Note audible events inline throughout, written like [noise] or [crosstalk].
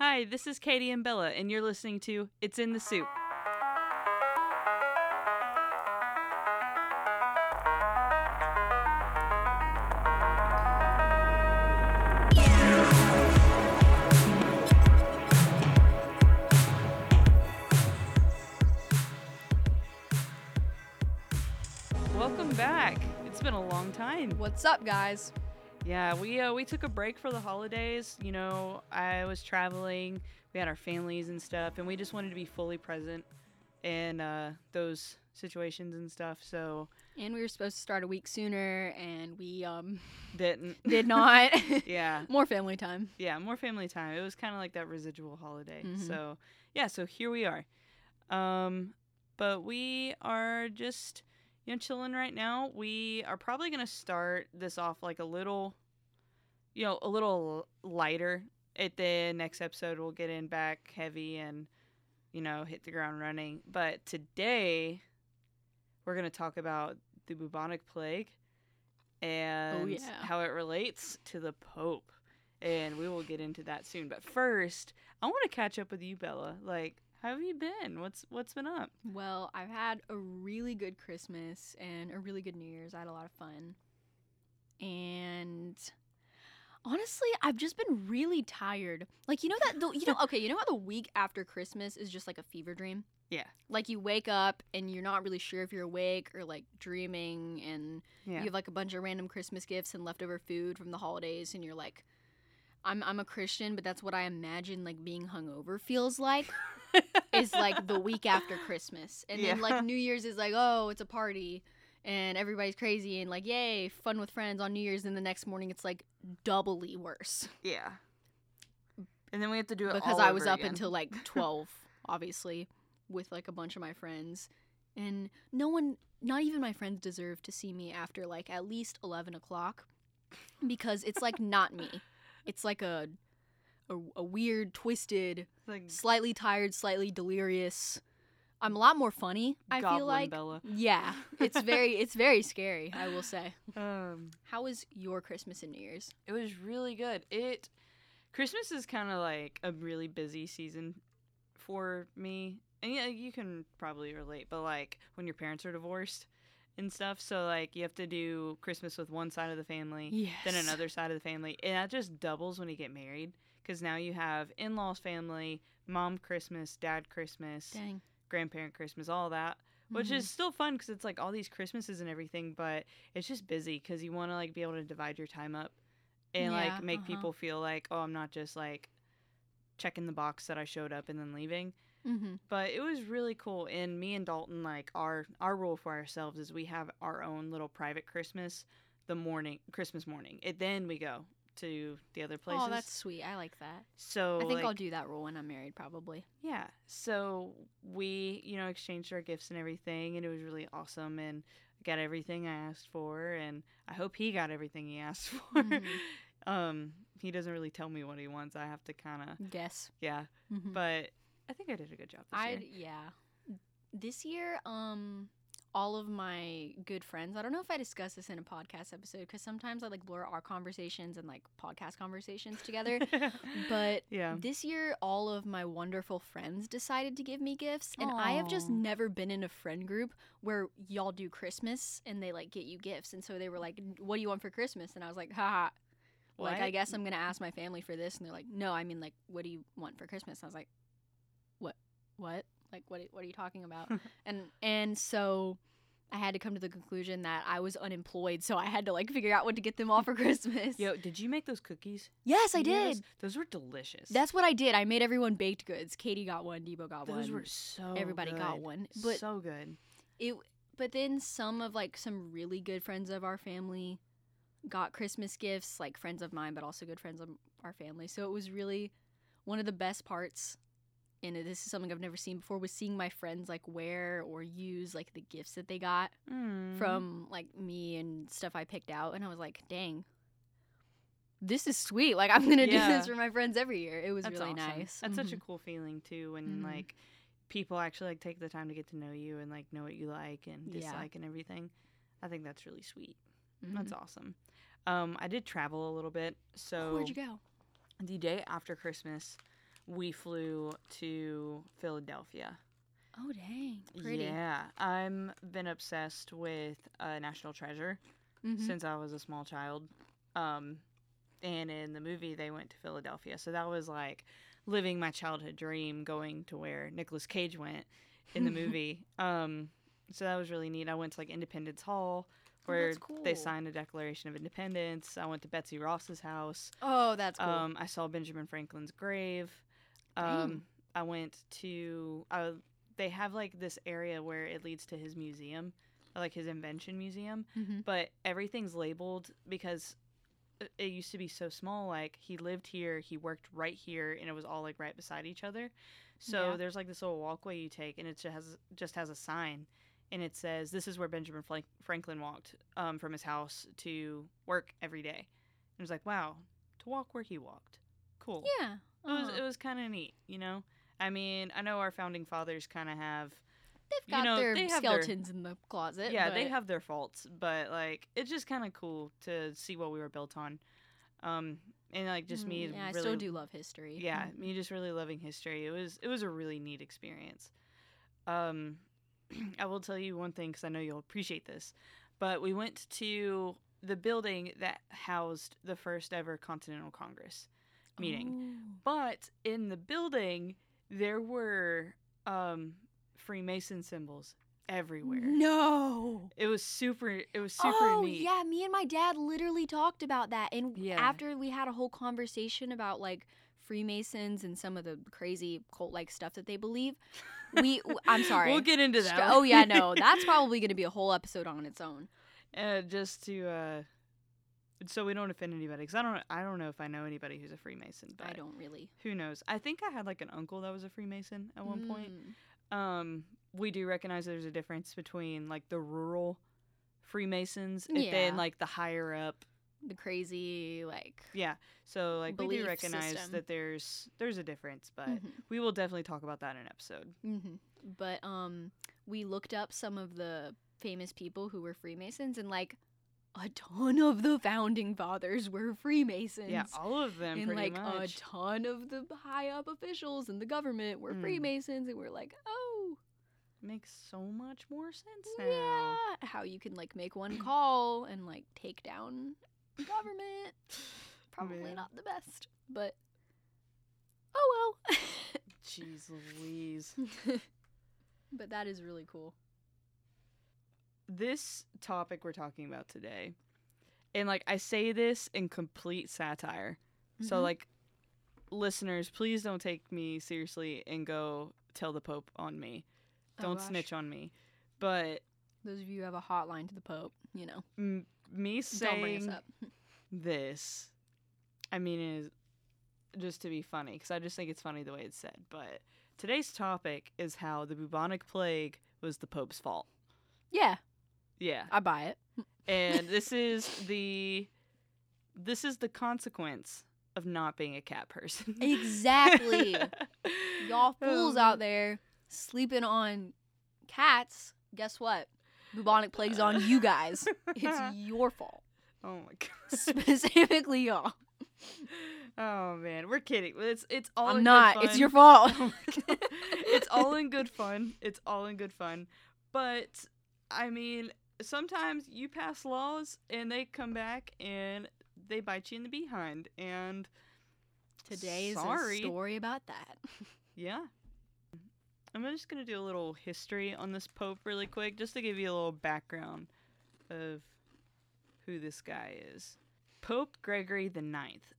Hi, this is Katie and Bella, and you're listening to It's in the Soup. Welcome back. It's been a long time. What's up, guys? Yeah, we uh, we took a break for the holidays. You know, I was traveling. We had our families and stuff, and we just wanted to be fully present in uh, those situations and stuff. So And we were supposed to start a week sooner, and we um didn't did not. [laughs] yeah, More family time. yeah, more family time. It was kind of like that residual holiday. Mhm. So yeah, so here we are. Um, but we are just you know chilling right now. We are probably gonna start this off like a little, you know, a little lighter. At the next episode, we'll get in back heavy and you know hit the ground running. But today, we're gonna talk about the bubonic plague and Oh, yeah. how it relates to the Pope and we will get into that soon. But first, I want to catch up with you, Bella. Like, how have you been? What's what's been up? Well, I've had a really good Christmas and a really good New Year's. I had a lot of fun. And honestly, I've just been really tired. Like, you know that the, [laughs] you know, okay, you know how the week after Christmas is just like a fever dream? Yeah. Like you wake up and you're not really sure if you're awake or like dreaming and Yeah, You have like a bunch of random Christmas gifts and leftover food from the holidays, and you're like, I'm, I'm a Christian, but that's what I imagine like being hungover feels like is [laughs] like the week after Christmas. And then Yeah. like New Year's is like, oh, it's a party and everybody's crazy and like, yay, fun with friends on New Year's. And the next morning it's like doubly worse yeah. And then we have to do it because all I was over up again. until like [laughs] 12, obviously, with like a bunch of my friends. And no one, not even my friends, deserve to see me after like at least 11 o'clock because it's like not me. It's like a, a, a weird, twisted, like slightly tired, slightly delirious. I'm a lot more funny, I Goblin feel like. Bella. Yeah, it's [laughs] very it's very scary, I will say. Um, How was your Christmas and New Year's? it was really good. It Christmas is kind of like a really busy season for me, and yeah, you can probably relate. But like when your parents are divorced and stuff, so like you have to do Christmas with one side of the family, Yes. Then another side of the family. And that just doubles when you get married because now you have in laws family, mom Christmas, dad Christmas, Dang. grandparent Christmas, all that. Which Mhm. is still fun because it's like all these Christmases and everything, but it's just busy because you want to like be able to divide your time up and Yeah, like make uh-huh. people feel like, oh, I'm not just like checking the box that I showed up and then leaving Mhm. but it was really cool and me and dalton like our our rule for ourselves is we have our own little private christmas the morning christmas morning it then we go to the other places Oh, that's sweet. I like that. so I think I'll like, do that rule when I'm married, probably. yeah so we you know exchanged our gifts and everything and it was really awesome and I got everything i asked for and i hope he got everything he asked [laughs] for Mhm. um he doesn't really tell me what he wants i have to kind of Guess. yeah but i think i did a good job this I year Mm-hmm. yeah. This year, um, all of my good friends. I don't know if I discussed this in a podcast episode because sometimes I like blur our conversations and like podcast conversations [laughs] together. but yeah This year, all of my wonderful friends decided to give me gifts, and I have just Aw. never been in a friend group where y'all do Christmas and they like get you gifts. And so they were like, "What do you want for Christmas?" And I was like, "Ha." Like, I What? guess I'm gonna ask my family for this, and they're like, "No, I mean, like, what do you want for Christmas?" I was like, "What? What? Like, what? What are you talking about?" [laughs] and and so I had to come to the conclusion that I was unemployed, so I had to like figure out what to get them all for [laughs] Christmas. Yo, did you make those cookies? yes, I Yes, did. Those were delicious. That's what I did. I made everyone baked goods. Katie got one. Debo got those one. were so. Everybody got good. one. But so good. it. But then some of like some really good friends of our family got Christmas gifts, like friends of mine, but also good friends of our family. So it was really one of the best parts. And this is something I've never seen before was seeing my friends like wear or use like the gifts that they got Mm. from like me and stuff I picked out, and I was like, dang. This is sweet. Like I'm gonna do Yeah. this for my friends every year. It was That's really awesome. nice. That's Mhm. such a cool feeling too, when Mhm. like people actually like take the time to get to know you and like know what you like and Yeah. dislike and everything. I think that's really sweet. Mhm. That's awesome. Um, I did travel a little bit, so Mm-hmm. Oh, Where'd you go? the day after Christmas, we flew to Philadelphia. Oh dang, pretty. Yeah, I'm been obsessed with uh, National Treasure Mhm. since I was a small child. Um, and in the movie, they went to Philadelphia, so that was like living my childhood dream, going to where Nicolas Cage went in [laughs] the movie. um, so that was really neat. I went to like Independence Hall. Oh, Where that's cool. they signed the Declaration of Independence. I went to Betsy Ross's house. Oh, that's cool. Um, I saw Benjamin Franklin's grave. Dang. Um, I went to. Uh, they have like this area where it leads to his museum, like his invention museum. Mhm. But everything's labeled because it- it used to be so small. Like he lived here, he worked right here, and it was all like right beside each other. So Yeah. there's like this little walkway you take, and it just has just has a sign, and it says this is where Benjamin Flank- Franklin walked um, from his house to work every day. And it was like, wow, to walk where he walked, cool. Yeah. It was, uh-huh. it was kind of neat, you know. I mean, I know our founding fathers kind of have, They've you got know, their they have their- skeletons in the closet. yeah, they but- have their faults, but like it's just kind of cool to see what we were built on. Um, and like just Mm, me, Yeah, really, I still do love history. yeah, Mm. me just really loving history. It was it was a really neat experience. Um, [clears throat] I will tell you one thing because I know you'll appreciate this, but we went to the building that housed the first ever Continental Congress Mm, meeting. oh. But in the building, there were um, Freemason symbols Oh. everywhere. No. It was super. It was super oh neat. yeah, me and my dad literally talked about that, and Yeah. after we had a whole conversation about like Freemasons and some of the crazy cult-like stuff that they believe. We, w- I'm [laughs] sorry. We'll get into that. Str- [laughs] Oh yeah, no, that's probably going to be a whole episode on its own. uh, just to uh, so we don't offend anybody. Because I don't. I don't know if I know anybody who's a Freemason. But I don't really. Who knows? I think I had like an uncle that was a Freemason at one point. Mm. Um, we do recognize there's a difference between like the rural Freemasons and Yeah. then like the higher up the crazy like. Yeah. So like we do belief recognize system. that there's there's a difference, but Mhm. we will definitely talk about that in an episode. hmm But um, we looked up some of the famous people who were Freemasons, and like a ton of the founding fathers were Freemasons. yeah, all of them and pretty like much. a ton of the high up officials in the government were Mm. Freemasons, and we're like, oh, Makes so much more sense now. yeah, how you can like make one call and like take down [laughs] the government. Probably Man. not the best, but oh [laughs] Jeez Louise. well. [laughs] but that is really cool. This topic we're talking about today. And like I say this in complete satire. So Mhm. like listeners, please don't take me seriously and go tell the pope on me. Oh, Don't gosh. snitch on me. But Those of you who have a hotline to the Pope, you know, m- me don't bring saying us up. this. I mean, it is just to be funny because I just think it's funny the way it's said. But today's topic is how the bubonic plague was the Pope's fault. Yeah, Yeah, I buy [laughs] it. and [laughs] this is the this is the consequence of not being a cat person. [laughs] Exactly. Y'all fools out Um, there sleeping on cats. Guess what? Bubonic plague's on [laughs] you guys. It's your fault. oh my [laughs] god. Specifically y'all. Oh man, we're kidding. It's it's all in I'm good not. It's fun. your fault. [laughs] Oh [laughs] my God. it's all in good fun. It's all in good fun. But I mean, sometimes you pass laws and they come back and they bite you in the behind. And Today is Sorry. a story about [laughs] that. [laughs] yeah. I'm just going to do a little history on this pope really quick just to give you a little background of who this guy is. Pope Gregory the Ninth.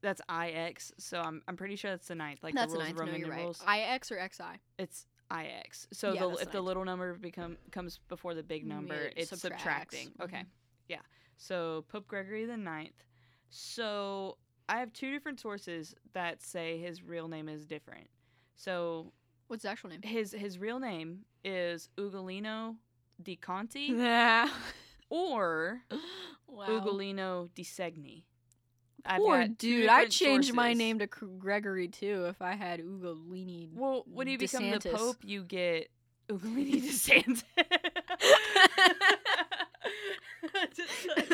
That's IX, so I'm, I'm pretty sure that's the ninth, like That's the rules, nice. No, Roman you're right. numerals. IX or XI? it's ix. So Yeah, the, that's if the right. little number become comes before the big Mm, yeah, number, it it's subtracts. subtracting. Okay, Mhm. yeah. So Pope Gregory the Ninth. So I have two different sources that say his real name is different. So What's [laughs] the actual name? his his real name is Ugolino di [laughs] Conti or wow. Ugolino di Segni. I've Poor got two dude. I'd different change my sources. name to Cr- Gregory too if I had Ugolini. [laughs] Well, when you become the DeSantis. Pope, you get [laughs] Ugolini DeSantis. [laughs] Just like,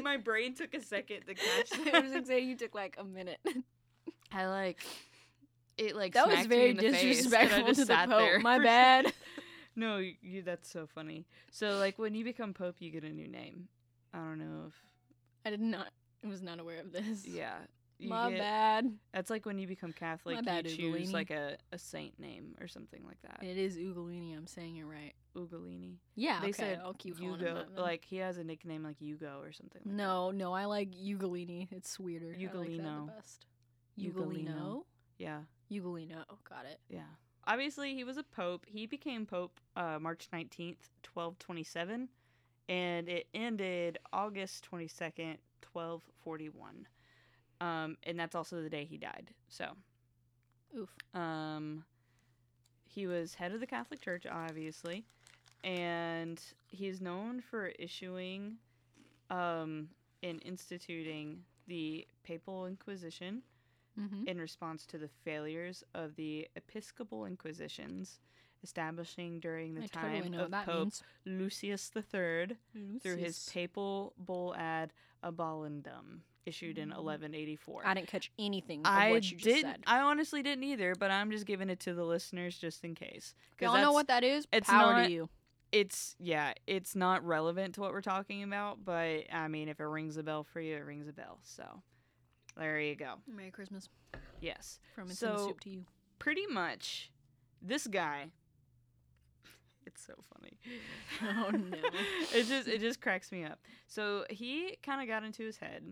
my brain [laughs] took a second to catch I was that. [laughs] gonna say you took like a minute. I like, it like that was smacked me very in the face, and I disrespectful just to the sat there [laughs] Pope. My for- bad. No, y- you, that's so funny. So like when you become pope, you get a new name. I don't know if I did not. I was not aware of this. yeah. You My get- bad. That's like when you become Catholic, bad, you choose Ugolini. like a, a saint name or something like that. It is Ugolini. I'm saying it right. Ugolini. Yeah. They okay. said I'll keep calling him Yugo, that then. like he has a nickname like Yugo or something. Like No, no. I like Ugolini. It's weirder. I like that Ugolino. the best. Ugolino. Ugolino. That. Yeah, Ugolino. Oh, Got it. yeah. Obviously, he was a pope. He became pope uh, March nineteenth, twelve twenty-seven, and it ended August twenty-second, twelve forty-one. Um, and that's also the day he died. So, Oof. Um, he was head of the Catholic Church, obviously, and he's known for issuing um, and instituting the papal inquisition Mm-hmm. in response to the failures of the episcopal inquisitions establishing during the I time totally know of what that Pope means. Lucius III through his papal bull ad Abolendum issued in Mm. 1184. I didn't catch anything of I what you just didn't. said. I honestly didn't either, but I'm just giving it to the listeners just in case. 'Cause Y'all know that's- what that is? it's Power not- to you. It's yeah, it's not relevant to what we're talking about, but I mean, if it rings a bell for you, it rings a bell. So there you go. Merry Christmas Yes, from It's in the So- Soup to you. pretty much. This guy. It's so funny. Oh, no. [laughs] it just it just cracks me up. So he kind of got into his head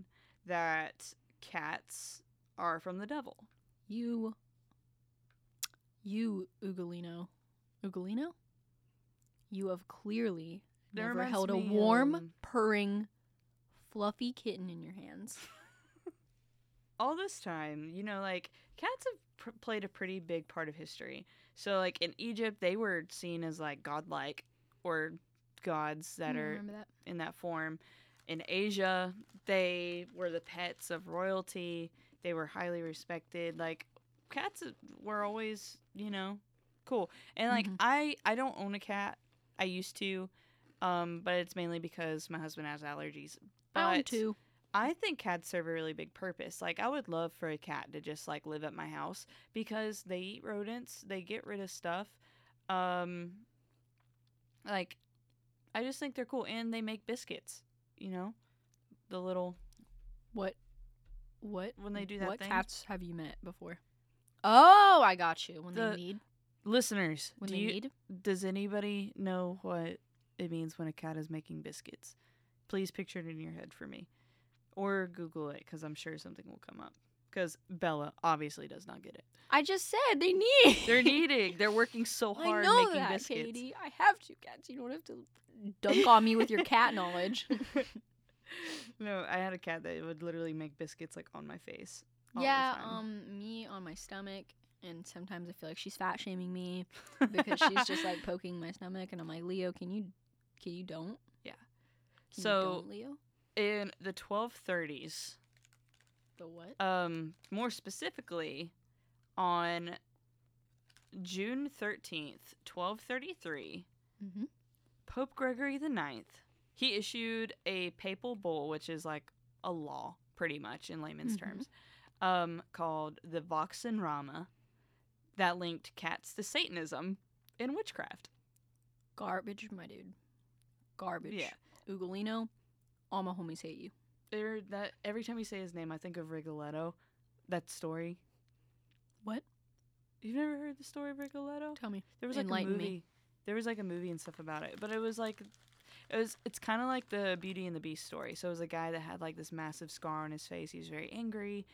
that cats are from the devil. You. You, Ugolino. Ugolino? You have clearly That never reminds held a me, warm, um, purring, fluffy kitten in your hands. all this time, you know, like cats have pr- played a pretty big part of history. So, like in Egypt, they were seen as like godlike or gods that You are remember that? in that form. In Asia, they were the pets of royalty. They were highly respected. Like cats were always, you know, cool. And like Mhm. I, I don't own a cat. I used to, um, but it's mainly because my husband has allergies. But I own two. I think cats serve a really big purpose. Like I would love for a cat to just like live at my house because they eat rodents, they get rid of stuff. Um like I just think they're cool and they make biscuits, you know? The little What? What? When they do that What thing? cats have you met before? Oh, I got you. When The- they need. listeners, When do they you, need. does anybody know what it means when a cat is making biscuits? Please picture it in your head for me. Or Google it because I'm sure something will come up. Because Bella obviously does not get it. I just said they need. [laughs] They're needing. They're working so I hard know making that, biscuits. Katie. I have two cats. You don't have to dunk on me with your [laughs] [laughs] cat knowledge. no, I had a cat that would literally make biscuits like on my face. all the yeah, time. um, me on my stomach, and sometimes I feel like she's fat shaming me because she's [laughs] just [laughs] like poking my stomach, and I'm like, Leo, can you, can you don't? Yeah. Can you So- don't, Leo, in the 1230s. the what? Um, more specifically, on June 13th, 1233, Mm-hmm. Pope Gregory the Ninth he issued a papal bull, which is like a law, pretty much in layman's Mhm. terms, um, called the Voxen Rama, that linked cats to Satanism and witchcraft. Garbage, my dude. Garbage. Yeah. Ugolino, all my homies hate you. There, Er, that every time you say his name, I think of Rigoletto. That story. What? You've never heard the story of Rigoletto? Tell me. There was like a Enlighten me. movie. There was like a movie and stuff about it, but it was like, it was. It's kind of like the Beauty and the Beast story. So it was a guy that had like this massive scar on his face. He was very angry.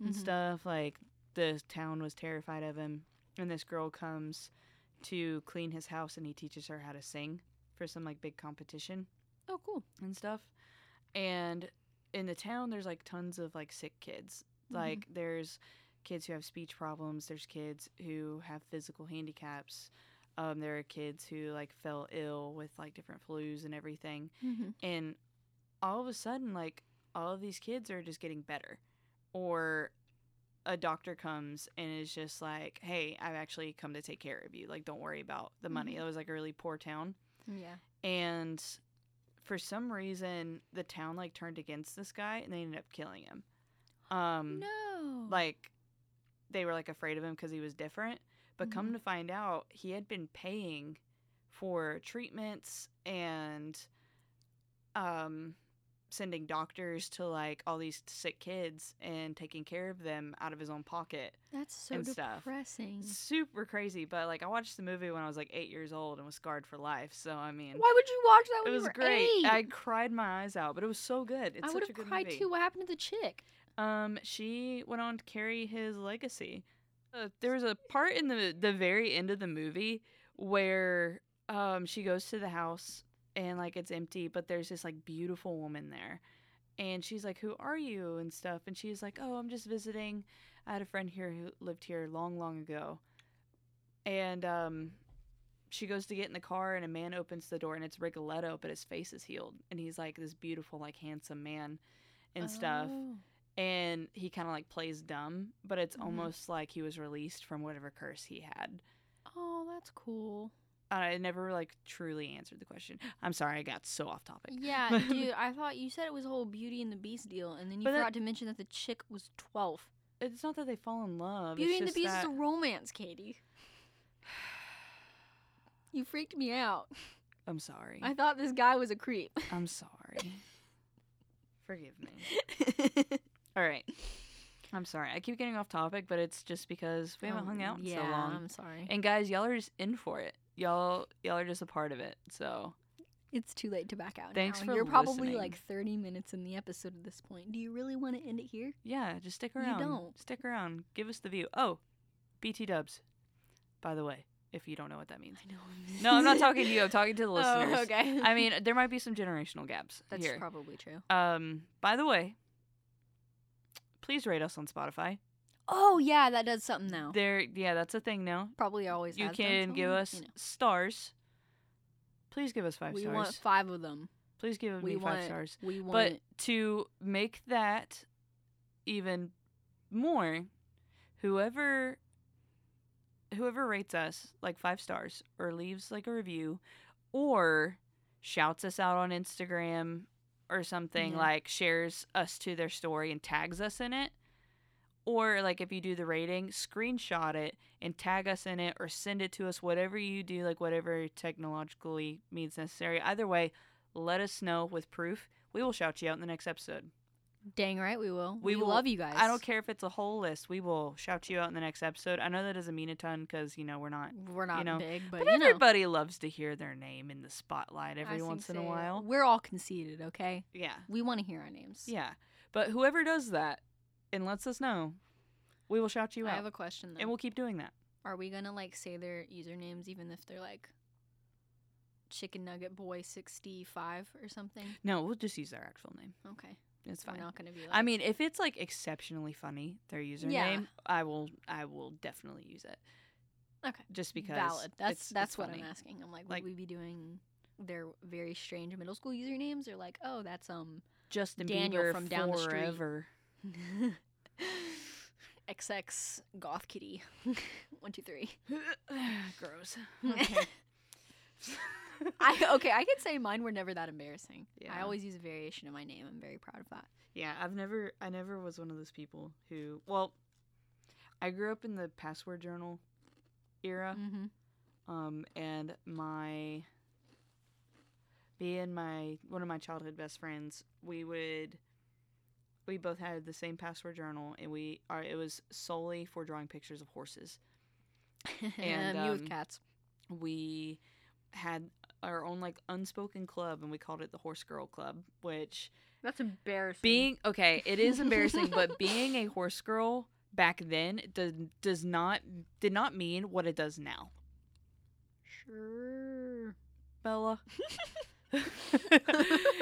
and Mhm. stuff. Like the town was terrified of him, and this girl comes to clean his house, and he teaches her how to sing for some like big competition Oh, cool. and stuff. And in the town, there's like tons of like sick kids. Mhm. Like there's kids who have speech problems. There's kids who have physical handicaps. Um, there are kids who like fell ill with like different flus and everything Mm-hmm. and all of a sudden like all of these kids are just getting better or a doctor comes and is just like hey i've actually come to take care of you like don't worry about the money Mhm. it was like a really poor town Mm-hmm. Yeah. and for some reason the town like turned against this guy and they ended up killing him um No. like they were like afraid of him because he was different. But come to find out, he had been paying for treatments and um, sending doctors to like all these sick kids and taking care of them out of his own pocket. That's so and stuff. depressing. Super crazy. But like, I watched the movie when I was like eight years old and was scarred for life. So, I mean, Why would you watch that it when was you were great. eight? I cried my eyes out, but it was so good. It's I such would a have good cried movie. too. What happened to the chick? Um, she went on to carry his legacy. Uh, there was a part in the the very end of the movie where um she goes to the house and like it's empty, but there's this like beautiful woman there, and she's like, "Who are you?" and stuff, and she's like, "Oh, I'm just visiting. I had a friend here who lived here long, long ago," and um. She goes to get in the car and a man opens the door and it's Rigoletto, but his face is healed and he's like this beautiful, like handsome man and stuff Oh. and he kind of like plays dumb, but it's Mhm. almost like he was released from whatever curse he had. Oh, that's cool. I never like truly answered the question. I'm sorry, I got so off topic. [laughs] Yeah, dude. I thought you said it was a whole Beauty and the Beast deal, and then you But that- forgot to mention that the chick was twelve. [laughs] It's not that they fall in love. Beauty it's and the just Beast that- is a [sighs] romance, Katie. You freaked me out. I'm sorry. I thought this guy was a creep. [laughs] I'm sorry. Forgive me. All right. I'm sorry. I keep getting off topic, but it's just because [laughs] we haven't Um, hung out in yeah, so long. I'm sorry. And guys, y'all are just in for it. Y'all, y'all are just a part of it. So It's too late to back out. Thanks now. for You're probably listening. like 30 minutes in the episode at this point. Do you really want to end it here? Yeah, just stick You around. don't. Stick around. Give us the view. Oh, BT dubs. By the way, if you don't know what that means. I know. No, I'm not talking to you. I'm talking to the listeners. [laughs] Oh, okay. [laughs] I mean, there might be some generational gaps that's here. probably true. um, by the way, please rate us on Spotify. Oh yeah, that does something now. There, yeah, that's a thing now. probably always. You has done can so, give us you know. stars. Please give us five we stars. want five of them. please give we me want. five stars. We want. But to make that even more, whoever whoever rates us like five stars or leaves like a review or shouts us out on Instagram or something Yeah. like shares us to their story and tags us in it or like if you do the rating screenshot it and tag us in it or send it to us whatever you do like whatever technologically means necessary either way let us know with proof we will shout you out in the next episode dang right, we will. we We, will- love you guys. i don't care if it's a whole list we will shout you out in the next episode i know that doesn't mean a ton because you know we're not We're not know, big, but, but, you know, everybody loves to hear their name in the spotlight I every think once in a so. while We're all conceited, okay? yeah We want to hear our names. yeah but whoever does that and lets us know we will shout you I out have a question though. and we'll keep doing that Are we gonna like say their usernames even if they're like Chicken Nugget Boy sixty five or something? no we'll just use their actual name Okay, it's we're fine not gonna be. Like, I mean, if it's like exceptionally funny, their username, Yeah. I will, I will definitely use it. Okay. Just because valid. That's it's- that's it's what funny. I'm asking. I'm like, would Like- we be doing their very strange middle school usernames or like, oh, that's um [laughs] Justin Daniel Bieber from down the street. [sighs] forever. [sighs] XX Goth Kitty [laughs] one two three. [laughs] Gross. Okay. [laughs] I okay, I could say mine were never that embarrassing. I Yeah. always use a variation of my name. I'm very proud of that. yeah, I've never, I never was one of those people who. Well, I grew up in the password journal era. Mm-hmm. [laughs] Um, and my me and my one of my childhood best friends, we would we both had the same password journal, and we are it was solely for drawing pictures of horses. And, And you with um, cats. We had our own like unspoken club, and we called it the Horse Girl Club, which That's embarrassing. [laughs] being okay, it is embarrassing, but being a horse girl back then does does not did not mean what it does now. sure. [laughs] Bella. [laughs]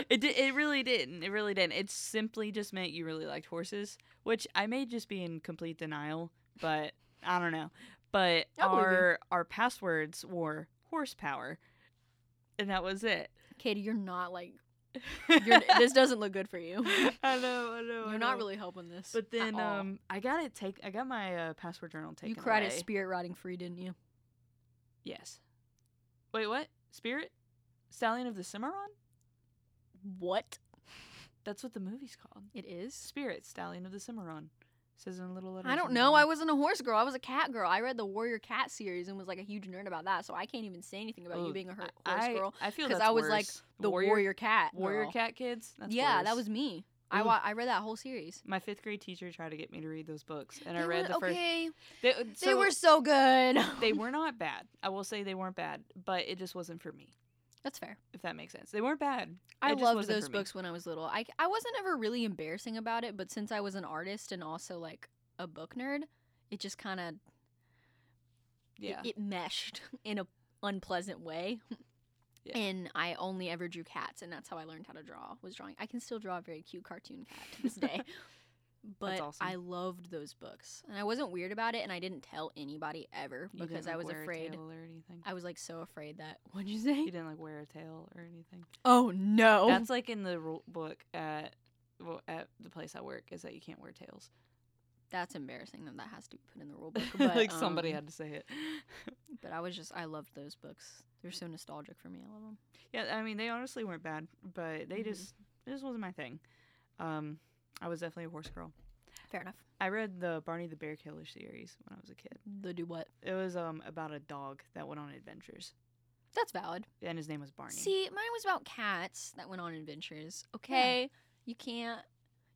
it di- it really didn't. It really didn't. It simply just meant you really liked horses, which I may just be in complete denial, but I don't know. But I believe you. our our passwords were horsepower, and that was it. Katie, you're [laughs] not like you're, this doesn't look good for you. I know, I know. I You're not know. really helping this. But then, at all. um, I got it. Take I got my uh, password journal taken. you cried away. at Spirit Riding Free, didn't you? Yes. Wait, what? Spirit, Stallion of the Cimarron. What? That's what the movie's called. It is. Spirit, Stallion of the Cimarron. says in little letters. I don't on know. the I bottom. wasn't a horse girl. I was a cat girl. I read the Warrior Cat series and was like a huge nerd about that. So I can't even say anything about Oh, you being a her- horse I, girl. I feel 'cause that's I was, like, worse. The Warrior, Cat. warrior girl. cat kids. That's yeah, that worse. was me. I Ooh. wa- I read that whole series. my fifth grade teacher tried to get me to read those books, and I They read were- the first. Okay, They, they so were so good. [laughs] they were not bad. I will say they weren't bad, but it just wasn't for me. [laughs] That's fair. If that makes sense, they weren't bad. I It just loved wasn't those for me. books when I was little. I, I wasn't ever really embarrassing about it, but since I was an artist and also like a book nerd, it just kind of Yeah, it, it meshed [laughs] in a unpleasant way. Yeah. And I only ever drew cats, and that's how I learned how to draw. Was drawing. I can still draw a very cute cartoon cat to this [laughs] day. But awesome. I loved those books, and I wasn't weird about it, and I didn't tell anybody ever You because didn't, I like, was wear a afraid. tail or anything. I was like so afraid that. [laughs] What'd you say? You didn't like wear a tail or anything. Oh no! That's like in the rule book at well, at the place I work is that you can't wear tails. [laughs] that's embarrassing that that has to be put in the [laughs] rule book. But, like somebody um, had to say it. But I was just I loved those books. They're so nostalgic for me. I love them. [laughs] yeah, I mean they honestly weren't bad, but they Mhm. just it just wasn't my thing. Um, I was definitely a horse girl. Fair enough. I read the Barney the Bear Killer series when I was a kid. The do what? It was um about a dog that went on adventures, That's valid. and his name was Barney. See, mine was about cats that went on adventures. Okay, you can't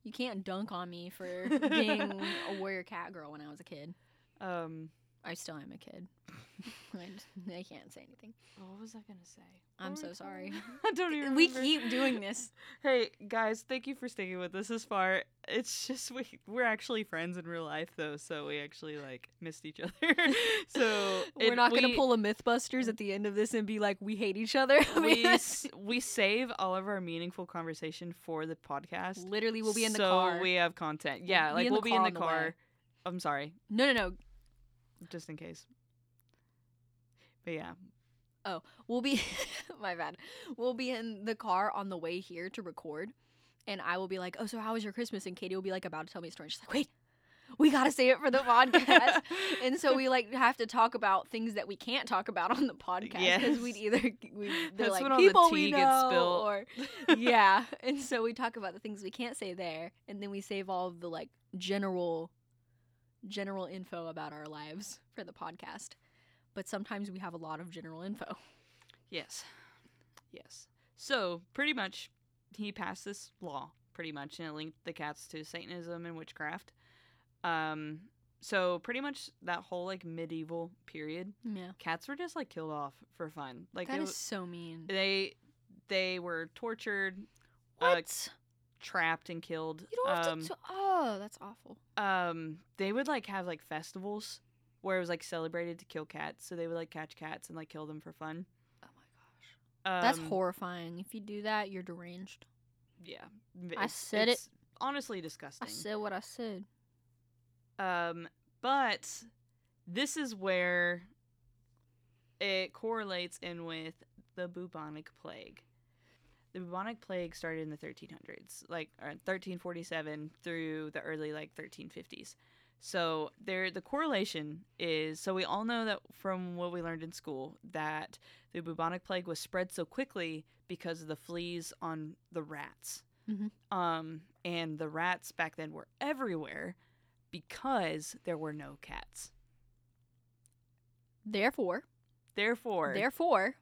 you can't dunk on [laughs] me for being a warrior cat girl when I was a kid. Um, I still am a kid. [laughs] I, just- I can't say anything. what was I gonna say? What I'm were so we talking sorry. about? [laughs] I don't even. We remember. keep doing [laughs] this. Hey guys, thank you for sticking with us this far. It's just we we're actually friends in real life though, so we actually like missed each other. [laughs] so [laughs] we're it- not gonna we- pull a MythBusters at the end of this and be like, we hate each other. [laughs] I mean, We s- we save all of our meaningful conversation for the podcast. literally, we'll be in the so car. we have content. We'll Yeah, be like in the we'll be in car the on the way. car. I'm sorry, no, no, no. just in case. But [laughs] yeah, We'll be [laughs] my bad. We'll be in the car on the way here to record, and I will be like, "Oh, so how was your Christmas?" And Katie will be like, about to tell me a story. She's like, "Wait, we gotta say it for [laughs] the podcast." [laughs] and so we like have to talk about things that we can't talk about on the podcast because Yes. we'd either [laughs] we they're That's like when all the people we tea know gets spilled. [laughs] or yeah, and so we talk about the things we can't say there, and then we save all of the like general general info about our lives for the podcast. But sometimes we have a lot of general info. Yes. Yes. So, pretty much, he passed this law, pretty much, and it linked the cats to Satanism and witchcraft. Um, so, pretty much that whole, like, medieval period, Yeah. cats were just, like, killed off for fun. Like, That it is w- so mean. they they were tortured, uh, What? trapped, and killed. you don't have Um, to. t- oh, that's awful. um they would like have like festivals where it was like celebrated to kill cats so they would like catch cats and like kill them for fun Oh my gosh. um, that's horrifying. If you do that, you're deranged. yeah I said it. it's honestly disgusting I said what I said. Um, but this is where it correlates in with the bubonic plague. The bubonic plague started in the 1300s, like or 1347 through the early like 1350s. So there, the correlation is so we all know that from what we learned in school that the bubonic plague was spread so quickly because of the fleas on the rats. Mhm. Um, and the rats back then were everywhere because there were no cats. Therefore, Therefore, therefore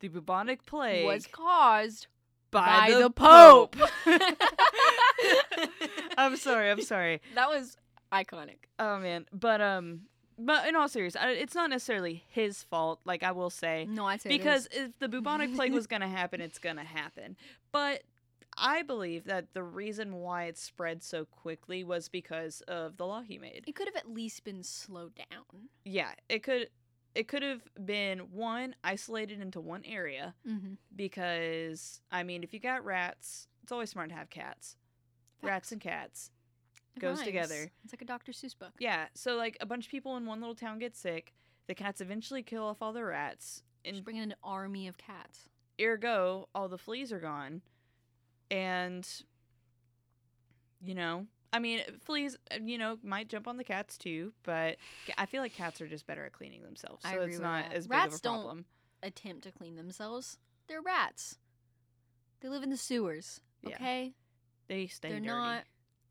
the bubonic plague was caused by, by the, the Pope. [laughs] I'm sorry. I'm sorry. that was iconic. Oh man. But um, but in all seriousness, I- it's not necessarily his fault. Like I will say, No, I said Eh, because if the bubonic plague [laughs] was going to happen, it's going to happen. But I believe that the reason why it spread so quickly was because of the law he made. it could have at least been slowed down. Yeah, it could it could have been one isolated into one area Mm-hmm. because I mean, if you got rats, it's always smart to have cats. Rats and cats. goes together. It's like a Dr. Seuss book. Yeah, so like a bunch of people in one little town get sick. The cats eventually kill off all the rats, Just and bring in an army of cats. ergo, all the fleas are gone. And you know, I mean, fleas, uh, you know, might jump on the cats too, but ca- I feel like cats are just better at cleaning themselves, so I agree it's with not that. as big Rats of a don't- problem. attempt to clean themselves. They're rats. They live in the sewers. Yeah. Okay? They stay They're dirty. not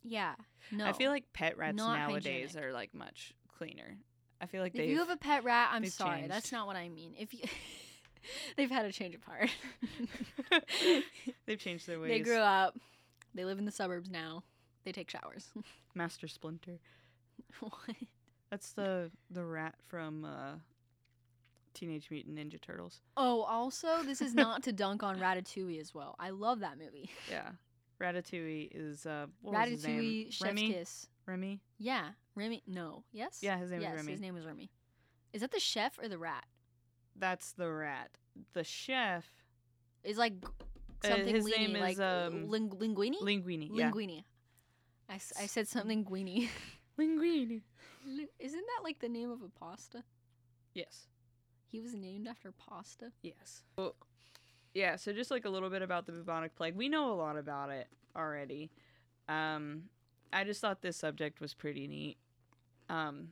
Yeah. No. I feel like pet rats not nowadays hygienic. are like much cleaner. I feel like if they you have a pet rat, I'm they've sorry. changed. That's not what I mean. If you [laughs] they've had a change of [laughs] heart. they've changed their ways. they grew up. They live in the suburbs now. They take showers. [laughs] Master Splinter. What? That's the the rat from uh, Teenage Mutant Ninja Turtles. oh, also, this is not [laughs] to dunk on Ratatouille as well. I love that movie. Yeah. Ratatouille is uh what was his name? Ratatouille, Chef's Remy? Kiss. Remy? Yeah, Remy. No, yes. Yeah, his name yes, is Remy. his name was Remy. Is that the chef or the rat? That's the rat. The chef Is like g- Uh, something his leany, name is, like um, ling- linguini. Linguini. Yeah. linguini. I, s- I said something linguini. Linguini. Lin- Isn't that like the name of a pasta? Yes. He was named after pasta. Yes. Well, yeah, so just like a little bit about the bubonic plague. We know a lot about it already. Um, I just thought this subject was pretty neat. Um,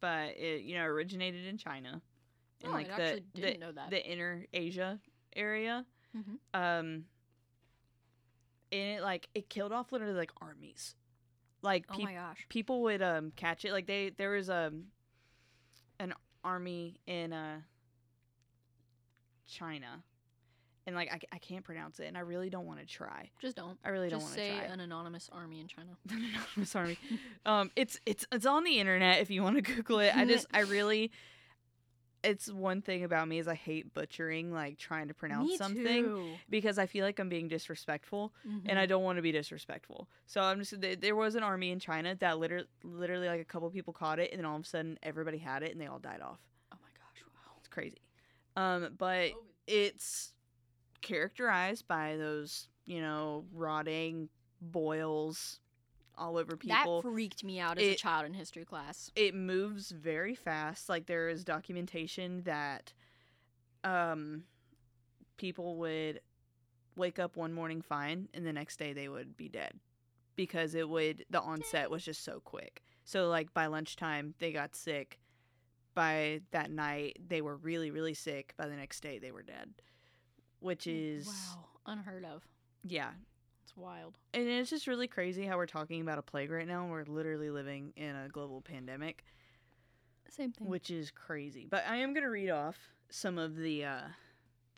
but it, you know, originated in China. In Oh, like I the, actually the, didn't know that. the inner Asia area. Mhm. Um, and it like, it killed off literally like armies. Like oh people my gosh. people would um catch it like they there was um an army in uh china and like i, I can't pronounce it and i really don't want to try Just don't. i really don't Just want to say try [laughs] an anonymous army in China. an anonymous army um it's it's it's on the internet if you want to [laughs] google it i just i really it's one thing about me is i hate butchering like trying to pronounce something because i feel like i'm being disrespectful Mm-hmm. and I don't want to be disrespectful. So I'm just th- there was an army in China that literally, literally like a couple people caught it, and then all of a sudden everybody had it, and they all died off. Oh my gosh! Wow. It's crazy. Um, but it's characterized by those you know rotting boils all over people. That freaked me out as a It- child in history class. it moves very fast. Like there is documentation that, um, people would wake up one morning fine, and the next day they would be dead because it would the onset was just so quick. So like by lunchtime they got sick. By that night they were really really sick. By the next day they were dead, which is wow, unheard of. yeah. It's wild. And it's just really crazy how we're talking about a plague right now. We're literally living in a global pandemic. Same thing. which is crazy. But I am gonna read off some of the uh,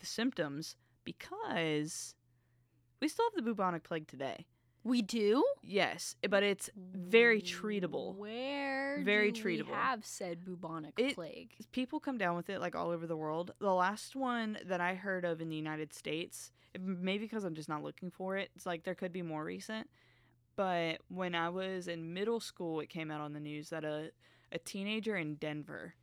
the symptoms because we still have the bubonic plague today. we do. Yes, but it's very treatable. Where Very do treatable. We have said bubonic It- plague. people come down with it like all over the world. The last one that I heard of in the United States, maybe because I'm just not looking for it. It's like there could be more recent, but when I was in middle school, it came out on the news that a a teenager in Denver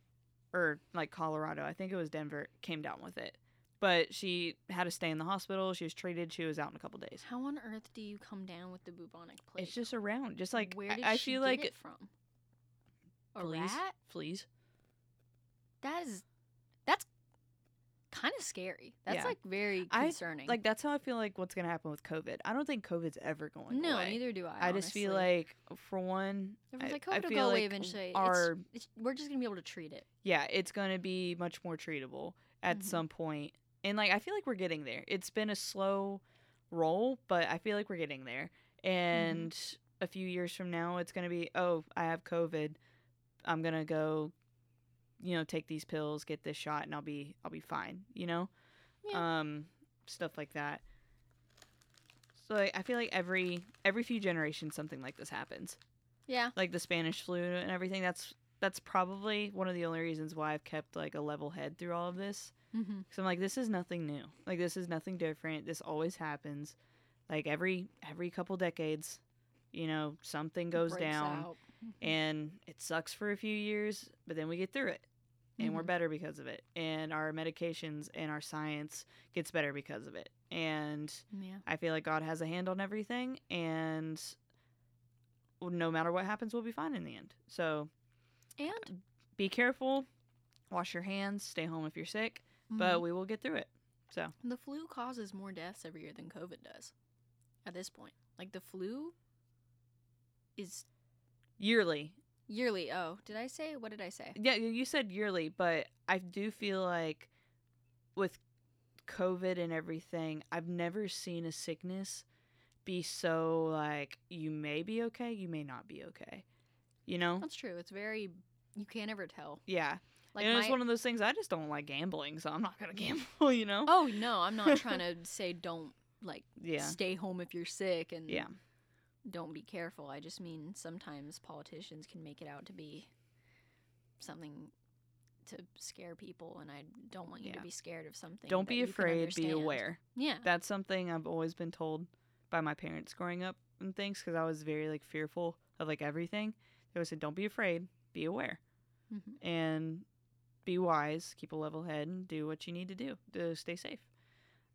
or like Colorado, I think it was Denver, came down with it. But she had to stay in the hospital. She was treated. She was out in a couple days. How on earth do you come down with the bubonic plague? It's just around. Just like where I- did I, she feel get like it from? A fleas, rat? fleas. That is that's kind of scary. That's Yeah. like very I- concerning. Like that's how I feel like what's gonna happen with COVID. I don't think COVID's ever going no, away. neither do I. I just feel honestly. like, for one, Everyone's I- like, I "COVID will feel go away like eventually." our- it's, it's, we're just gonna be able to treat it. yeah, it's going to be much more treatable at Mhm. some point. And like, I feel like we're getting there. It's been a slow roll, but I feel like we're getting there. Mm-hmm. And a few years from now, it's going to be, oh, I have COVID. I'm going to go, you know, take these pills, get this shot, and I'll be, I'll be fine. You know, um, stuff like that. So like, I feel like every every few generations, something like this happens. Yeah, like the Spanish flu and everything. That's that's probably one of the only reasons why I've kept like a level head through all of this. mm-hmm. Cause I'm like, this is nothing new. Like this is nothing different. This always happens. Like every every couple decades, you know, something goes down and it sucks for a few years, but then we get through it. And we're better because of it. And our medications and our science gets better because of it. And yeah. I feel like God has a hand on everything, and no matter what happens, we'll be fine in the end. So uh, And be careful, wash your hands, stay home if you're sick, Mm-hmm. but we will get through it. So the flu causes more deaths every year than COVID does. At this point, like the flu is yearly, yearly. Oh, did I say what did I say? yeah, you you said yearly, but I do feel like with COVID and everything, I've never seen a sickness be so like you may be okay, you may not be okay. You know? That's true. It's very you can't ever tell. Yeah. Oh. Like and it's my- one of those things I just don't like gambling, so I'm not gonna [laughs] gamble, you know? Oh no, I'm [laughs] not trying to say don't like yeah. stay home if you're sick and Yeah. don't be careful. I just mean sometimes politicians can make it out to be something to scare people and I don't want you Yeah. to be scared of something. Don't that be you can afraid, be understand. aware. Yeah. That's something I've always been told by my parents growing up and things because I was very like fearful of like everything. They always said, Don't be afraid, be aware Mhm. and be wise, keep a level head and do what you need to do to stay safe.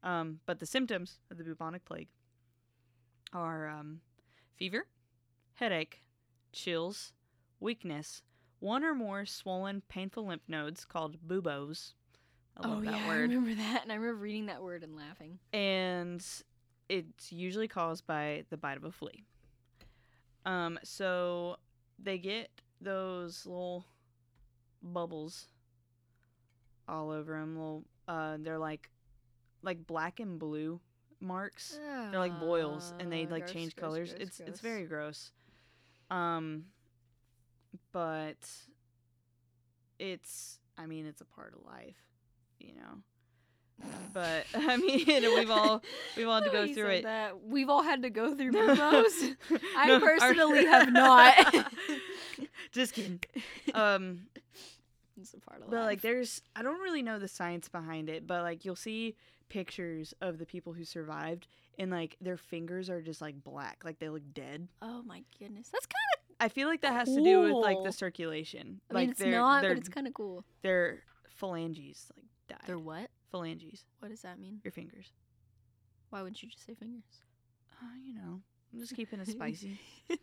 Um, but the symptoms of the bubonic plague are um, fever, headache, chills, weakness, one or more swollen, painful lymph nodes called buboes. I love oh that yeah, I word remember that and I remember reading that word and laughing. and it's usually caused by the bite of a flea. Um, so they get those little bubbles all over them. Little, uh, they're like like black and blue marks. They're like boils, and they Ah, like gross, change gross, colors. gross, it's gross. it's [laughs] very gross. Um, but it's I mean it's a part of life, you know. But [laughs] I mean we've all we've all had to The way go Oh, you through said it. that, We've all had to [laughs] go through memos. I No, our- [laughs] personally have [laughs] not. Just kidding. Um, it's a part of but like life. there's I don't really know the science behind it, but like you'll see pictures of the people who survived and like their fingers are just like black, like they look dead. oh my goodness, that's kind. I feel like that has to do with like Cool. the circulation. Of, I like mean, it's their, not, their, but it's kind of cool. their phalanges like died. They're what? phalanges, What does that mean? your fingers. Why wouldn't you just say [laughs] fingers? Uh, you know, I'm just keeping [laughs] it spicy. is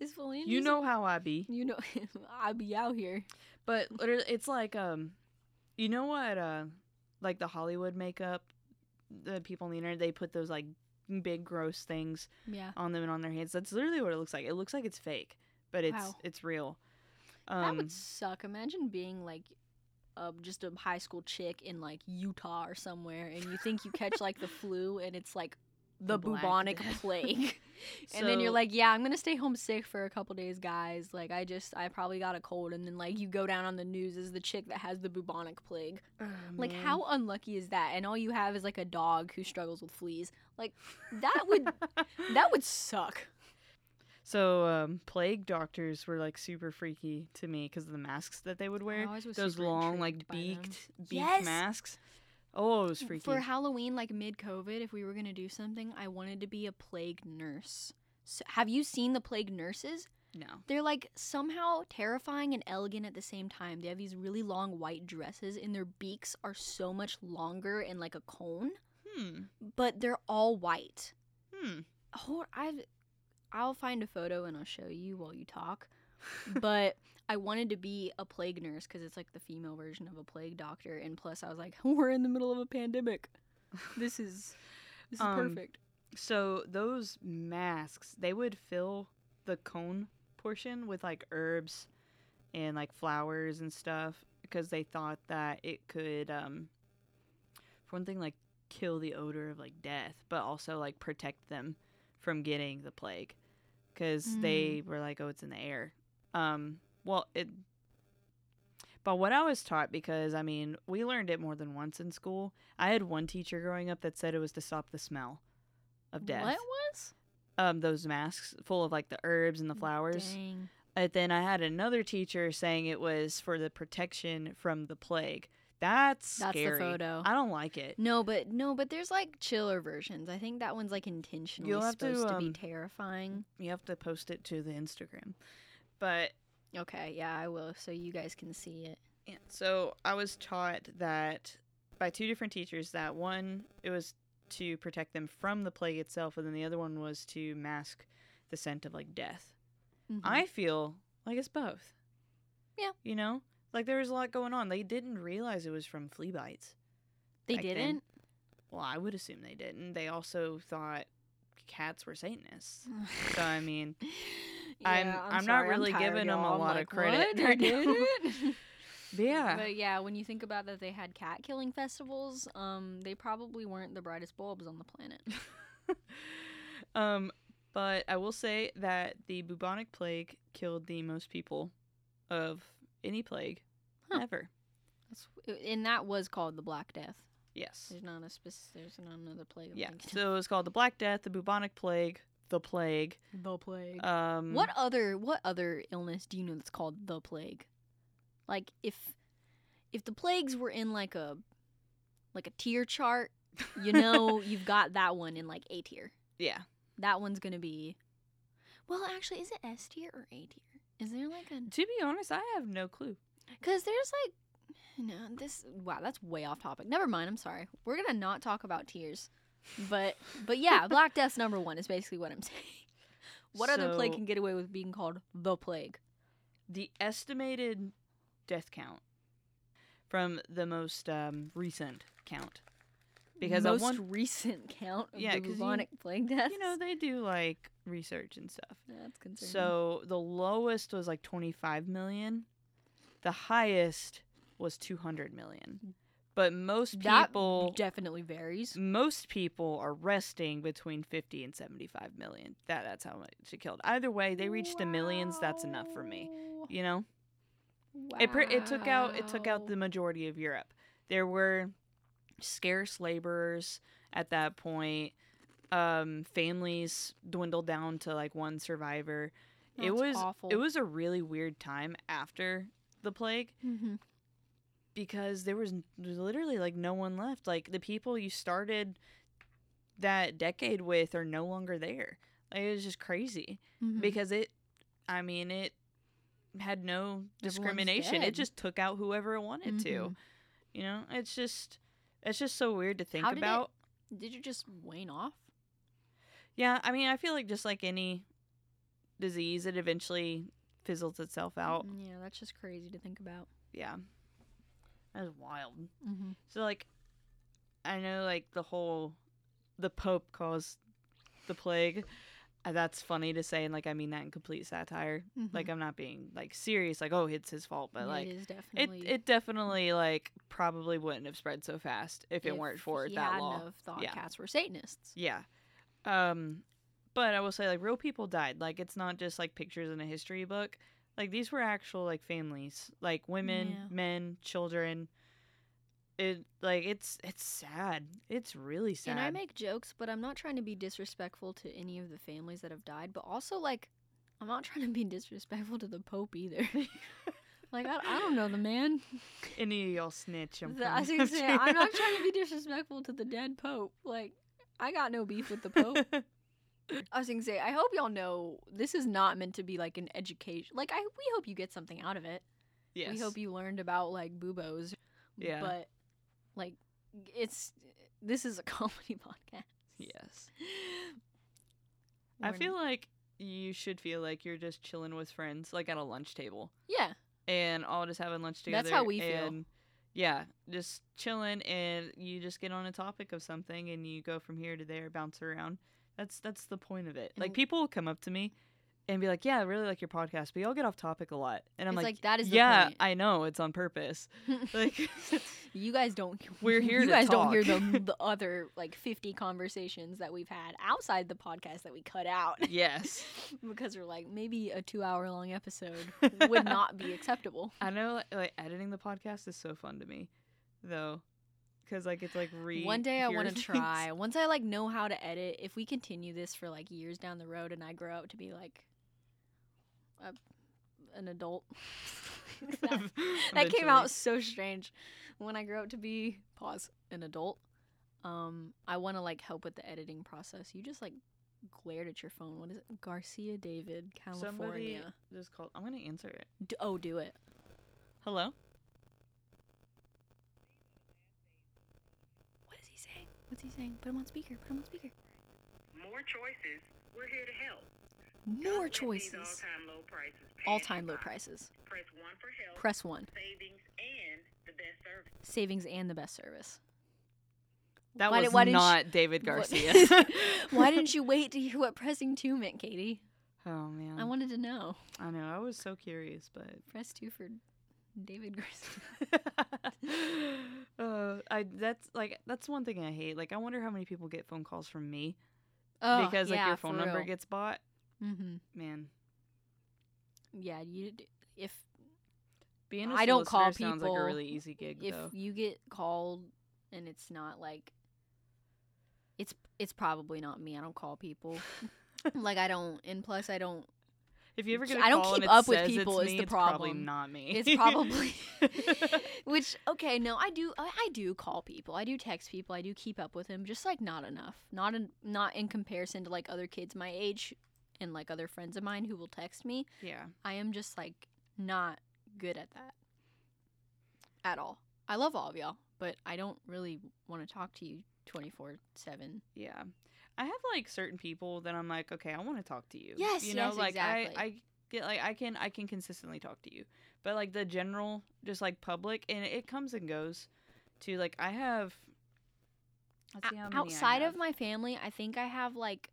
is phalanges? you know how I be. [laughs] You know, I be out here. But literally, it's like um, you know what uh, like the Hollywood makeup, the people on the internet they put those like big gross things Yeah. on them and on their hands. That's literally what it looks like. It looks like it's fake, but it's Wow. it's real. that Um, would suck. Imagine being like uh, just a high school chick in like Utah or somewhere, and you think you catch like the flu, and it's like the Black bubonic death. plague. and then you're so- like, yeah, I'm gonna stay home sick for a couple days, guys. Like, I just, I probably got a cold. And then like you go down on the news as the chick that has the bubonic plague. [sighs] Oh, Like, man. how unlucky is that? And all you have is like a dog who struggles with fleas. Like, that [laughs] would that would suck. So um, plague doctors were like super freaky to me because of the masks that they would Oh, wear. Those long like beaked beaked Yes! masks. Oh, it was freaky. Mm. For Halloween, like mid COVID, if we were gonna do something, I wanted to be a plague nurse. So, have you seen the plague nurses? no. They're like somehow terrifying and elegant at the same time. They have these really long white dresses, and their beaks are so much longer and like a cone, Hmm. but they're all white. Hmm. Hold, I've, I'll find a photo and I'll show you while [laughs] you talk. but I wanted to be a plague nurse because it's like the female version of a plague doctor, and plus I was like, [laughs] we're in the middle of [laughs] a pandemic. This is this is Um, perfect. So those masks, they would fill the cone portion with like herbs and like flowers and stuff because they thought that it could, um, for one thing, like kill the odor of like death, but also like protect them from getting the plague because they were like, oh, it's in the air. Um, well, it. But what I was taught, because I mean, we learned it more than once in school. I had one teacher growing up that said it was to stop the smell of death. What was? Um, those masks full of like the herbs and the flowers. Mm, Dang. And then I had another teacher saying it was for the protection from the plague. That's That's the scary. photo. Mm. I don't like it. No, but no, but there's like chiller versions. I think that one's like intentionally You'll have to, supposed to, be um, terrifying. You have to post it to the Instagram. But Okay, yeah, I will, so you guys can see it. Yeah. So I was taught that by two different teachers that one it was to protect them from the plague itself, and then the other one was to mask the scent of like death. Mm-hmm. I feel like it's both. Yeah. You know, like there was a lot going on. They didn't realize it was from flea bites. they back then. didn't. Well, I would assume they didn't. They also thought cats were Satanists. So I [laughs] mean, I'm- Yeah, I'm not sorry, really tired, giving 'em a y'all. I'm lot of like, credit "What? [laughs] They right now." didn't?" Yeah. But yeah, when you think about that, they had cat killing festivals. Um, they probably weren't the brightest bulbs on the planet. [laughs] [laughs] um, but I will say that the bubonic plague killed the most people of any plague Huh. ever. That's, and that was called the Black Death. Yes. There's not a spec- There's not another plague. I'm Yeah. thinking of. So it was called the Black Death, the bubonic plague, the plague. [laughs] the plague. Um, what other what other illness do you know that's called the plague? Like if if the plagues were in like a like a tier chart, you know you've got that one in like A tier. Yeah. That one's gonna be. Well, actually, is it S tier or A tier? Is there like a To be honest, I have no clue. Because there's like, no, this wow, that's way off topic. Never mind. I'm sorry. We're gonna not talk about tears, but but yeah, Black Death's number one is basically what I'm saying. What other plague So- can get away with being called the plague? The estimated death count from the most um, recent count. Because I most want- recent [laughs] count of Yeah, the 'cause you- bubonic plague deaths. You [laughs] know, they do like research and stuff. that's concerning. So the lowest was like 25 million. The highest was 200 million. But most that people definitely varies. most people are resting between 50 and 75 million. That that's how much it killed. Either way, they reached the millions, that's enough for me. You know? Wow. It, pr- it took out it took out the majority of Europe. There were scarce laborers at that point. Um, families dwindled down to like one survivor. it That's was awful. it was a really weird time after the plague Mhm. because there was n- literally like no one left. Like the people you started that decade with are no longer there. Like it was just crazy Mhm. because it I mean it had no Everyone's discrimination. It dead. just took out whoever it wanted to. Mhm. You know, it's just it's just so weird to think How did it- about. Did you just wane off? Yeah, I mean, I feel like just like any disease it eventually fizzles itself out. Mm, Yeah, that's just crazy to think about. Yeah. That was wild. Mm-hmm. So like I know like the whole the Pope caused the plague. Uh, That's funny to say and like I mean that in complete satire. Like I'm not being like serious, like, oh it's his fault, but like Mm-hmm. it is it definitely it definitely like probably wouldn't have spread so fast if, it weren't for he that hadn't law. have thought Yeah. cats were satanists Yeah. Um but I will say like real people died. Like it's not just like pictures in a history book. Like these were actual like families, like women, Yeah. men, children. It like it's it's sad. It's really sad. and i make jokes but i'm not trying to be disrespectful to any of the families that have died but also like i'm not trying to be [laughs] disrespectful to the pope either [laughs] like I, I don't know the man [laughs] any of y'all snitch. I'm, The- I was coming gonna after say, you. [laughs] i'm not trying to be disrespectful to the dead pope like i got no beef with [laughs] the pope I was gonna say, I hope y'all know this is not meant to be like an education. Like, I we hope you get something out of it. yes. We hope you learned about like buboes. Yeah. But like it's this is a [laughs] comedy podcast. Yes. I We're- feel like you should feel like you're just chilling with friends, like at a lunch table. Yeah. and all just having lunch together. That's how we feel. and, Yeah, just chilling, and you just get on a topic of something, and you go from here to there, bounce around. That's that's the point of it. Like And- people will come up to me and be like, "Yeah, I really like your podcast, but y'all get off topic a lot." And I'm it's like, like, that is the "Yeah, point. I know it's on purpose." [laughs] [laughs] Like, you guys don't [laughs] We're here You to guys don't hear talk. the, the other like 50 conversations that we've had outside the podcast that we cut out. [laughs] yes, because we're like maybe a 2 hour long episode [laughs] would not be acceptable. I know. Like, like editing the podcast is so fun to me, though, because like it's like re. One day I want [laughs] to try. Once I like know how to edit, if we continue this for like years down the road and I grow up to be like a, an adult. [laughs] that, [laughs] [laughs] that came out so strange. When I grow up to be pause an adult, um I want to like help with the editing process. You just like glared at your phone. What is it? Garcia David, Somebody California. just called. I'm gonna answer it. D- oh, do it. Hello. What is he saying? What's he saying? Put him on speaker. Put him on speaker. More choices. We're here to help. More Don't let these choices. All-time low prices. pass All-time low you by. prices. Press one for help. Press 1. savings and the best service. savings and the best service. That Why di- was why didn't not David what- Garcia. [laughs] [laughs] Why didn't you wait to hear what pressing two meant, Katie? Oh man, I, I wanted to know. [laughs] know. I was so curious, but [laughs] Press two for David Grayson. uh, I that's like that's one thing I hate. Like I wonder how many people get phone calls from me Oh, because like yeah, your phone for number real. gets bought. Mhm. Man, Yeah, you. d- If being I I don't call sounds like a people really easy gig if though. you get called and it's not like it's it's probably not me. I don't [laughs] call people. like I don't, and plus I don't. If you ever get, a I don't call and keep it up with says it's people is me, the it's Probably problem. not me. [laughs] It's probably [laughs] which okay. No, I do. I, I do call people. I do text people. I do keep up with them. Just like not enough. Not in, not in comparison to like other kids my age and like other friends of mine who will text me. yeah. I am just like not good at that at all. I love all of y'all, but I don't really want to talk to you 24 7. Yeah. I have like certain people that I'm like, okay, I want to talk to you. Yes, you know, yes, like exactly. I, I get like I can I can consistently talk to you, but like the general, just like public, and it comes and goes. To like, I have. Let's see how many I Outside have. of my family, I think I have like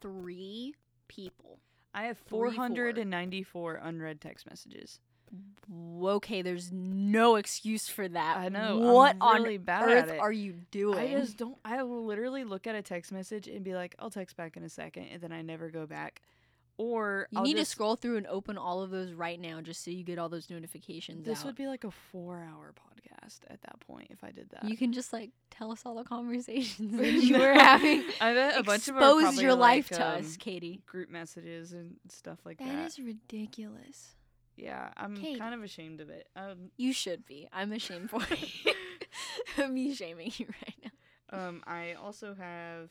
three people. I have four. 494 unread text messages. Okay, there's no excuse for that. I know. Uh, What I'm on really bad earth at it. are you doing? I just don't. I will literally look at a text message and be like, "I'll text back in a second, and then I never go back. Or you I'll need just, to scroll through and open all of those right now just so you get all those notifications This out. would be like a four-hour podcast at that point if I did that. [laughs] you [laughs] can just like tell us all the conversations that you were having. [laughs] I bet a bunch of 'em are Expose probably your like, life to um, us, Katie. Group messages and stuff like that. That is ridiculous. yeah, I'm Katie. kind of ashamed of it. Um, You should be. I'm ashamed for you. Me shaming you [laughs] right now. um, I also have.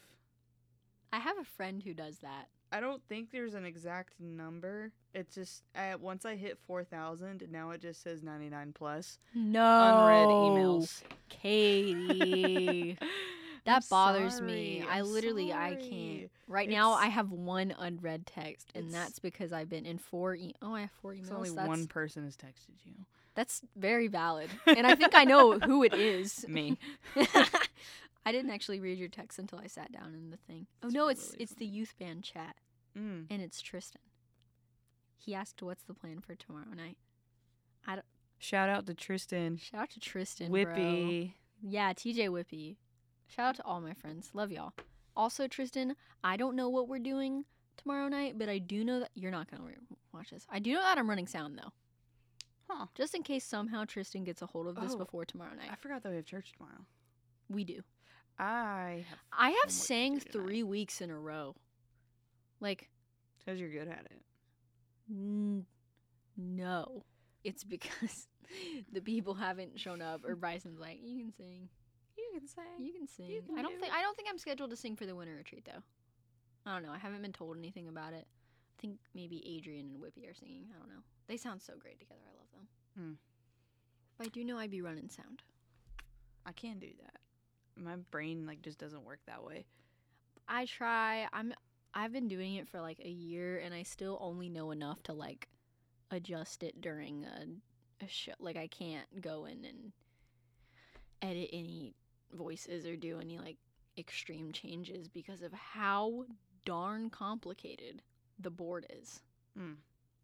I have a friend who does that. I don't think there's an exact number. It's just I, once I hit four thousand, now it just says ninety nine plus No. unread emails. Oh, [laughs] Katie. I'm That bothers me. sorry, I I'm literally I sorry. can't. Right now It's- I have one unread text and It's- that's because I've been in four e- Oh, I have four emails. It's only that's, one person has texted you. that's [laughs] very valid. And I think I know who it is. [laughs] Me. I didn't actually read your text until I sat down in the thing. Oh It's no, it's really it's the youth band chat. Mm. and it's Tristan. He asked, "What's the plan for tomorrow night?" Shout out to Tristan, Shout out to Tristan, bro. Whippy. Yeah, TJ Whippy. Shout out to all my friends. Love y'all. Also, Tristan, I don't know what we're doing tomorrow night, but I do know that you're not gonna re- watch this. I do know that I'm running sound though, Huh. just in case somehow Tristan gets a hold of this Oh, before tomorrow night. I forgot that we have church tomorrow. we do. I have I have homework to sang do tonight. three weeks in a row. Like, Because you're good at it. N- no. It's because [laughs] the people haven't shown up or Bryson's like, you can sing. You can say. You can sing. can I do don't think it." I don't think I'm scheduled to sing for the winter retreat though. I don't know. I haven't been told anything about it. I think maybe Adrian and Whippy are singing. I don't know. They sound so great together. I love them. Hmm. But I do know I'd be running sound. I can do that. My brain like just doesn't work that way. I try. I'm I've been doing it for like a year and I still only know enough to like adjust it during a, a show. Like I can't go in and edit any voices or do any like extreme changes because of how darn complicated the board is. Mm.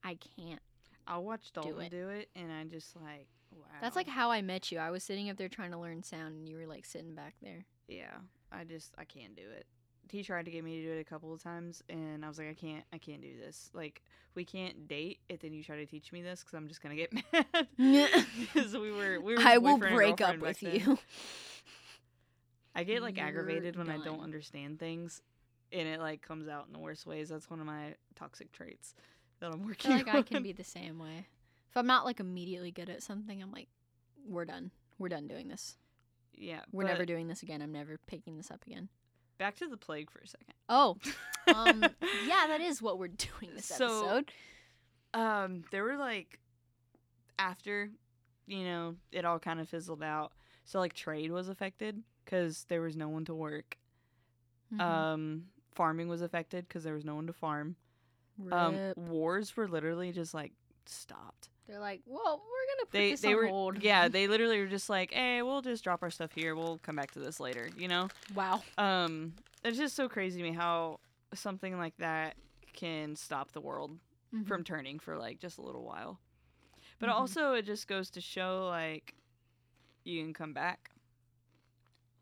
I can't. I watched Dalton do it, it. and I just like wow. That's like how I met you. I was sitting up there trying to learn sound and you were like sitting back there. yeah. I just I can't do it. He tried to get me to do it a couple of times, and I was like, I can't, I can't do this. Like we can't date, and then you try to teach me this because I'm just gonna get [laughs] [laughs] mad. Because we were, we were. I will boyfriend and break up girlfriend with back then. you. [laughs] I get like You're aggravated when I don't done. understand things, and it like comes out in the worst ways. That's one of my toxic traits that I'm I working feel like I can on. be the same way. If I'm not like immediately good at something, I'm like, we're done. We're done doing this. [laughs] Yeah, We're never but doing this again. I'm never picking this up again. back to the plague for a second. Oh, [laughs] um, yeah, that is what we're doing this So- episode. Um, there were like after, you know, it all kind of fizzled out. So like trade was affected because there was no one to work. Mhm. Um, farming was affected because there was no one to farm. Um, Mm-hmm. Rip. wars were literally just like stopped. They're like, well, we're gonna put they this they on were hold. yeah they literally were just like hey we'll just drop our stuff here we'll come back to this later you know [laughs] Wow. um it's just so crazy to me how something like that can stop the world Mhm. from turning for like just a little while But Mhm. also, it just goes to show like you can come back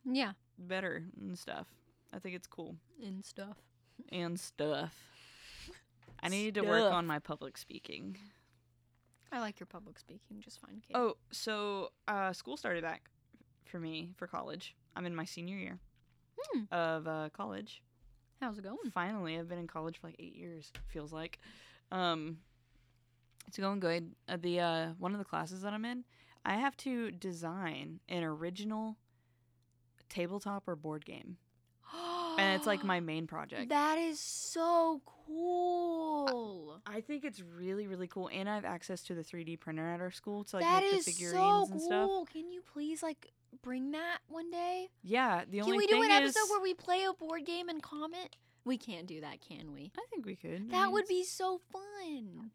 Mm-hmm. Yeah. better and stuff. I think it's cool And stuff. and stuff. I need to work Stuff. on my public speaking. I like your public speaking just fine, Kate. Oh, so uh, school started back for me for college. I'm in my senior year Hmm. of uh, college. How's it going? Finally, I've been in college for like eight years. Feels like. Um, it's going good. Uh, the uh, one of the classes that I'm in, I have to design an original tabletop or board game, and it's like [gasps] my main project. That is so cool. I think it's really really cool, and I have access to the 3D printer at our school to like that make the is figurines so and stuff. cool. Can you please like bring that one day? Yeah, the Can only we thing do an is, episode where we play a board game and comment? We can't do that, can we? I think we could. I That mean, would it's- be so fun.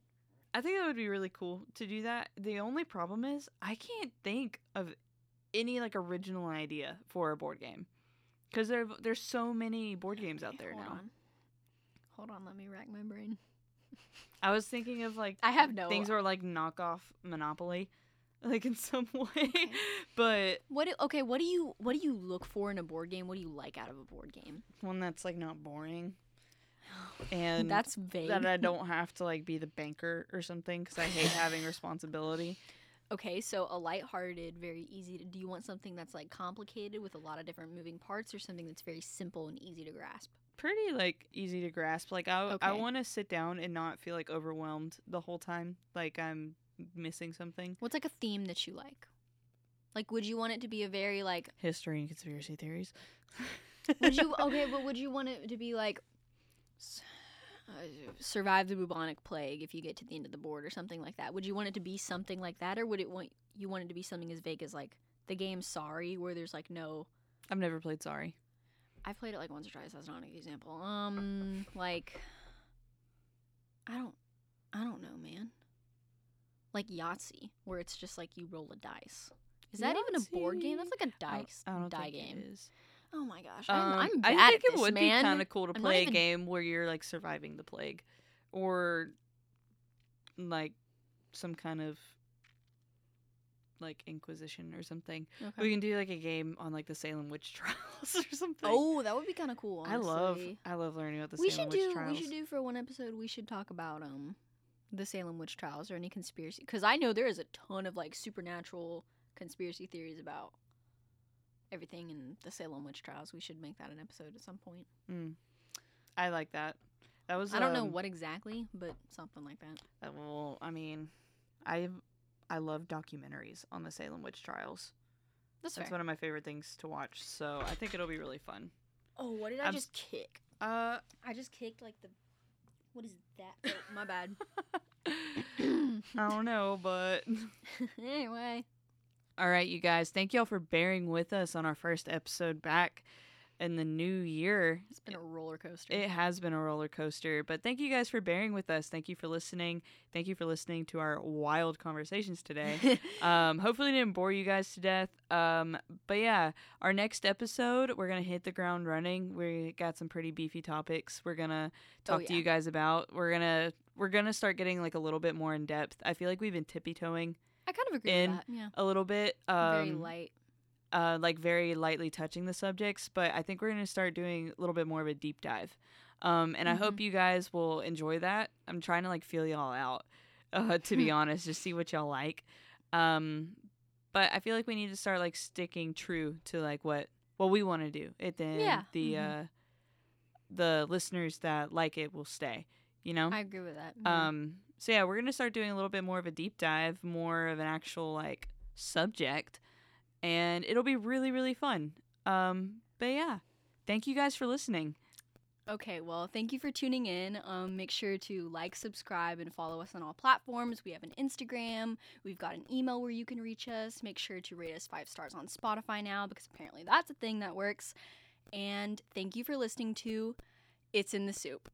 I think that would be really cool to do that. The only problem is I can't think of any like original idea for a board game because there there's so many board games out Okay, there hold now. On. Hold on, let me rack my brain. I was thinking of like I have no things things. that were like knockoff Monopoly, [laughs] like in some [laughs] way, Okay. but What do, okay, what do you what do you look for in a board game? What do you like out of a board game? one that's like not [sighs] boring and That's vague. that I don't have to like be the banker or something because I hate [laughs] having responsibility. Okay, so a lighthearted, very easy to. Do you want something that's like complicated with a lot of different moving parts, or something that's very simple and easy to grasp? pretty like easy to grasp. Like I I Okay. want to sit down and not feel like overwhelmed the whole time, like I'm missing something. What's like a theme that you like? Like, would you want it to be a very like? History and conspiracy theories. [laughs] Would [laughs] you okay? But would you want it to be like? s- uh, Survive the bubonic plague if you get to the end of the board or something like that. Would you want it to be something like that, or would it want you want it to be something as vague as like the game Sorry, where there's like no. I've never played Sorry. I've played it like once or twice. That's not an example. [laughs] Um, like, I don't, I don't know, man. Like Yahtzee, where it's just like you roll a dice. Is that even a board game? That's like a I don't- dice I don't die think game. it is. Oh my gosh, Um, I'm, I'm I bad think at it this, would man. be [laughs] kind of cool to I'm not play even- a game where you're like surviving the plague, or like some kind of like Inquisition or something. Okay. We can do like a game on like the Salem witch [laughs] trials or something. Oh, that would be kind of cool. I love honestly. I love learning about the we Salem should witch do. trials. We should do for one episode. We should talk about um, the Salem witch trials or any conspiracy, because I know there is a ton of like supernatural conspiracy theories about everything in the Salem witch trials. We should make that an episode at some point. I like that. That was I don't know um, what exactly, but something like that. uh, Well, I mean, I I love documentaries on the Salem witch trials. That's, That's fair. one of my favorite things to watch. So I think it'll be really fun. oh, what did I I I'm- just just kick? Uh, I just kicked like the. What is that? Oh, my bad. [laughs] I don't know, but [laughs] anyway, [laughs] all right, you guys. Thank y'all for bearing with us on our first episode back in the new year. it's been a roller coaster. [laughs] It has been a roller coaster, but thank you guys for bearing with us. Thank you for listening. Thank you for listening to our wild conversations [laughs] today. Um, hopefully it didn't bore you guys to death. Um, but yeah, our next episode, we're gonna hit the ground running. We got some pretty beefy topics. We're gonna Oh, talk to yeah. you guys about. We're gonna we're gonna start getting like a little bit more in depth. I feel like we've been tippy toeing I kind of agree in with that. Yeah, a little bit. Um, very light. uh, like very lightly touching the subjects, but I think we're going to start doing a little bit more of a deep dive. Um, and I hope you guys will enjoy that. I'm trying to like feel y'all out, [laughs] uh, to be honest, just see what y'all like. Um, but I feel like we need to start like sticking true to like what what we want to do. It then Yeah. the Mhm. uh, the listeners that like it will stay. You know. I agree with that. yeah. Um, so yeah, we're gonna start doing a little bit more of a deep dive, more of an actual like subject, and it'll be really really fun. Um, but yeah, thank you guys for listening. Okay, well, thank you for tuning in. Um, make sure to like, subscribe, and follow us on all platforms. We have an Instagram, we've got an email where you can reach us. Make sure to rate us five stars on Spotify now because apparently that's a thing that works. And thank you for listening to It's in the Soup.